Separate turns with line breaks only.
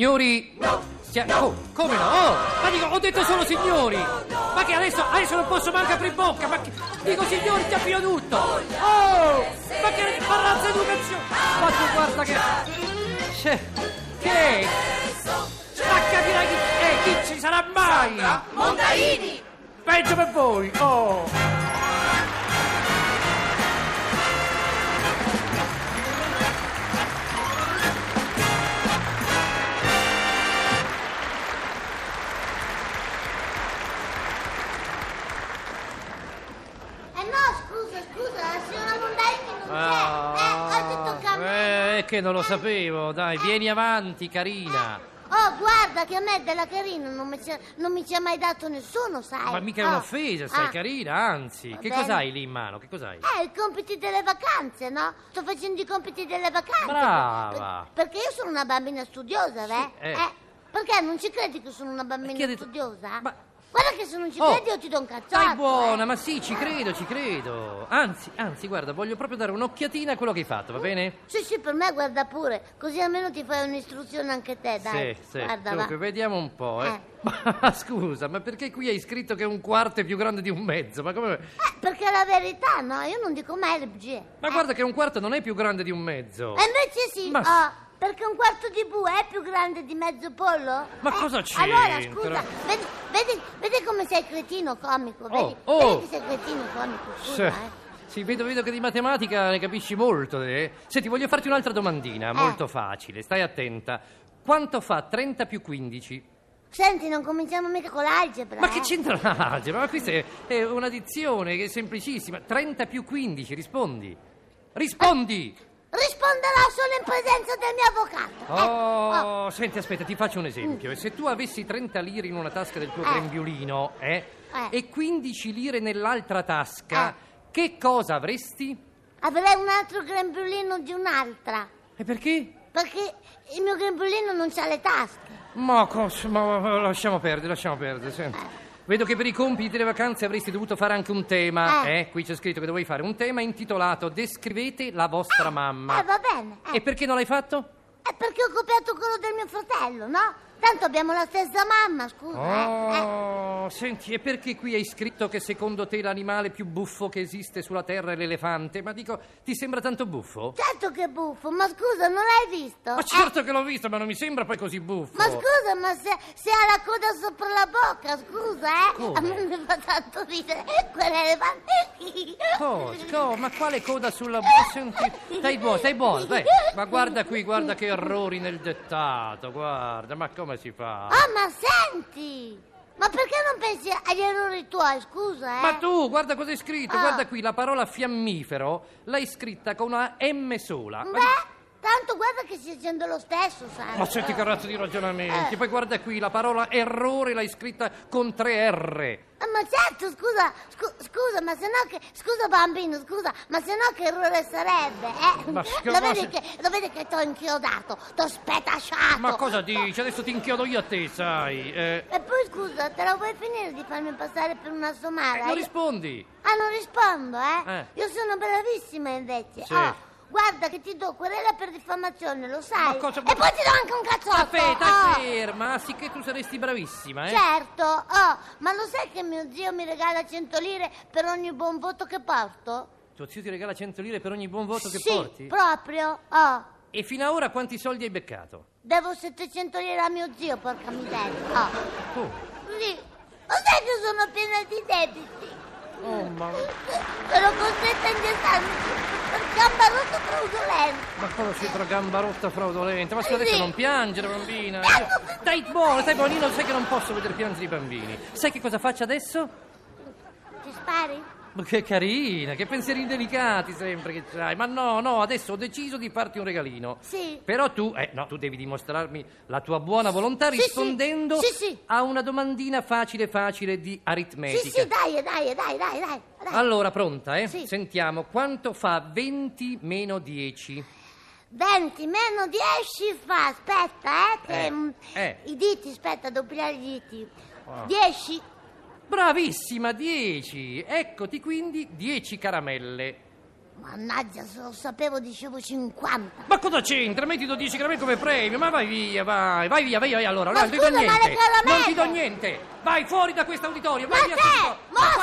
Signori... No! come no? Oh, ma dico, ho detto solo signori! Ma che adesso, adesso non posso manco aprire bocca, ma che... Dico signori, ti avvio tutto! Oh! Ma che parrazza educazione!
Ah.
Ma tu guarda che... Cioè, che... Ma capirai chi... Eh, chi ci sarà mai?
Mondaini!
Peggio per voi! Oh!
Eh no, scusa, scusa, la signora Mondaini non c'è. Eh, ho Eh, detto che a me.
Ah, eh, che non lo sapevo, dai, vieni avanti, carina!
Oh, guarda che a me della carina non mi c'è, non mi ci ha mai dato nessuno, sai.
Ma mica è
Oh.
un'offesa, stai
Ah.
carina, anzi.
Va
Che
bene.
cos'hai lì in mano? Che cos'hai?
Eh, i compiti delle vacanze, no? Sto facendo i compiti delle vacanze.
Brava.
Per- perché io sono una bambina studiosa, beh.
eh.
Perché non ci credi che sono una
Ma
bambina
chi ha detto-
studiosa?
Ma-
Guarda che se non ci
Oh.
credi io ti do un cazzotto.
Dai buona,
eh.
ma sì, ci credo, ci credo. Anzi, anzi, guarda, voglio proprio dare un'occhiatina a quello che hai fatto, va bene?
Sì, sì, per me guarda pure, così almeno ti fai un'istruzione anche te, dai.
Sì, sì.
Guarda,
Dunque,
va.
vediamo un po', eh.
Eh.
Ma scusa, ma perché qui hai scritto che un quarto è più grande di un mezzo? Ma come.
Eh, perché è la verità, no? Io non dico mai le bugie. Eh,
Ma guarda che un quarto non è più grande di un mezzo.
E invece sì,
Ma-
oh, perché un quarto di bue è più grande di mezzo pollo? Eh,
Ma cosa c'entra?
Allora, scusa, vedi, vedi, vedi come sei cretino comico, vedi,
Oh, oh.
vedi che sei cretino comico, scusa,
Sì.
eh.
Sì, vedo, vedo che di matematica ne capisci molto, eh. Senti, voglio farti un'altra
Eh.
domandina, molto facile, stai attenta. Quanto fa 30 più 15?
Senti, non cominciamo mica con l'algebra,
Ma
eh.
che c'entra l'algebra? Ma questa è, è un'addizione che è semplicissima. 30 più 15, rispondi. Rispondi!
Risponderò solo in presenza del mio avvocato. ecco,
Oh, senti, aspetta, ti faccio un esempio. Se tu avessi 30 lire in una tasca del tuo
Mm. Eh.
grembiulino, eh,
Eh.
e 15 lire nell'altra tasca, che cosa avresti?
Avrei un altro grembiulino di un'altra,
E perché?
perché il mio grembiulino non c'ha le tasche.
Ma, cos- ma- ma- lasciamo perdere, lasciamo perdere. senti.
Eh.
Vedo che per i compiti delle vacanze avresti dovuto fare anche un tema.
Eh.
Eh, qui c'è scritto che dovevi fare un tema intitolato Descrivete la vostra mamma.
Eh, va bene, eh.
E perché non l'hai fatto?
È perché ho copiato quello del mio fratello, no? Tanto abbiamo la stessa mamma, scusa. eh, eh.
Oh, senti, e perché qui hai scritto che secondo te l'animale più buffo che esiste sulla Terra è l'elefante? Ma dico, ti sembra tanto buffo?
Certo che è buffo, ma scusa, non l'hai visto?
Ma
Eh,
certo che l'ho visto, ma non mi sembra poi così buffo.
ma scusa, ma se, se ha la coda sopra la bocca, scusa, eh?
Come?
A me mi fa tanto ridere quell'elefante.
Cosa?
Oh,
Co- ma quale coda sulla bocca? Senti, stai buono, stai buono, dai. Ma guarda qui, guarda che errori nel dettato, guarda, ma come si fa?
Oh, ma senti! Ma perché non pensi agli errori tuoi, scusa, eh?
Ma tu, guarda cosa hai scritto,
Ah.
guarda qui, la parola fiammifero l'hai scritta con una M sola. Ma
Beh, tanto guarda che si accende lo stesso, sai?
Ma senti che razza di ragionamenti, poi guarda qui, la parola errore l'hai scritta con tre R.
Ah, Ma certo, scusa, scu- scusa, ma se no che... Scusa bambino, scusa, ma se no che errore sarebbe, eh?
Ma scu-
lo, vedi
ma se-
che, lo vedi che t'ho inchiodato, t'ho spetasciato.
Ma cosa
t'ho-
dici? Adesso ti inchiodo io a te, sai. Eh,
E poi scusa, te la vuoi finire di farmi passare per una somara?
Eh, non
Io-
rispondi.
Ah, non rispondo, eh?
Eh.
Io sono bravissima invece.
Sì.
Oh, guarda che ti do querela per diffamazione, lo sai?
Ma cosa-
E poi ti do anche un cazzotto.
Aspetta,
oh.
ferma, sì che tu saresti bravissima, eh.
Certo, oh, ma lo sai che mio zio mi regala 100 lire per ogni buon voto che porto?
Tuo zio ti regala 100 lire per ogni buon voto che
sì,
porti?
proprio. Oh,
E fino ad ora quanti soldi hai beccato?
devo 700 lire a mio zio, porca miseria. Oh,
Oh,
sì. Lo sai che sono piena di debiti?
oh ma,
Sono costretta a ingestarmi per gamba rotta fraudolenta.
ma cosa c'entra gamba rotta fraudolenta? Ma scusa,
Sì.
adesso non piangere, bambina.
Piango
Io- Dai buono, stai buono, io lo sai che non posso vedere piangere i bambini. Sai che cosa faccio adesso?
Ti spari?
Ma che carina, che pensieri delicati sempre che c'hai. Ma no, no, adesso ho deciso di farti un regalino.
Sì.
Però tu, eh, no, tu devi dimostrarmi la tua buona volontà
Sì, sì.
rispondendo
Sì, sì.
a una domandina facile facile di aritmetica.
Sì, sì, dai, dai, dai, dai, dai. dai.
Allora, pronta, eh?
Sì.
Sentiamo, quanto fa 20 meno 10?
20 meno 10 fa, aspetta, eh, che,
Eh,
mm,
eh. Ah.
i diti, aspetta, doppiare i diti. 10,
Bravissima, 10! Eccoti quindi 10 caramelle.
Mannaggia, se lo sapevo dicevo 50.
Ma cosa c'entra? Mettito 10 caramelle come premio, ma vai via, vai, vai via, vai, vai allora,
Ma
non ti do
scusa, ma le
niente.
caramelle?
Non ti do niente. Vai fuori da questo auditorio, vai
Ma
via
te,
subito. Ma
mostro,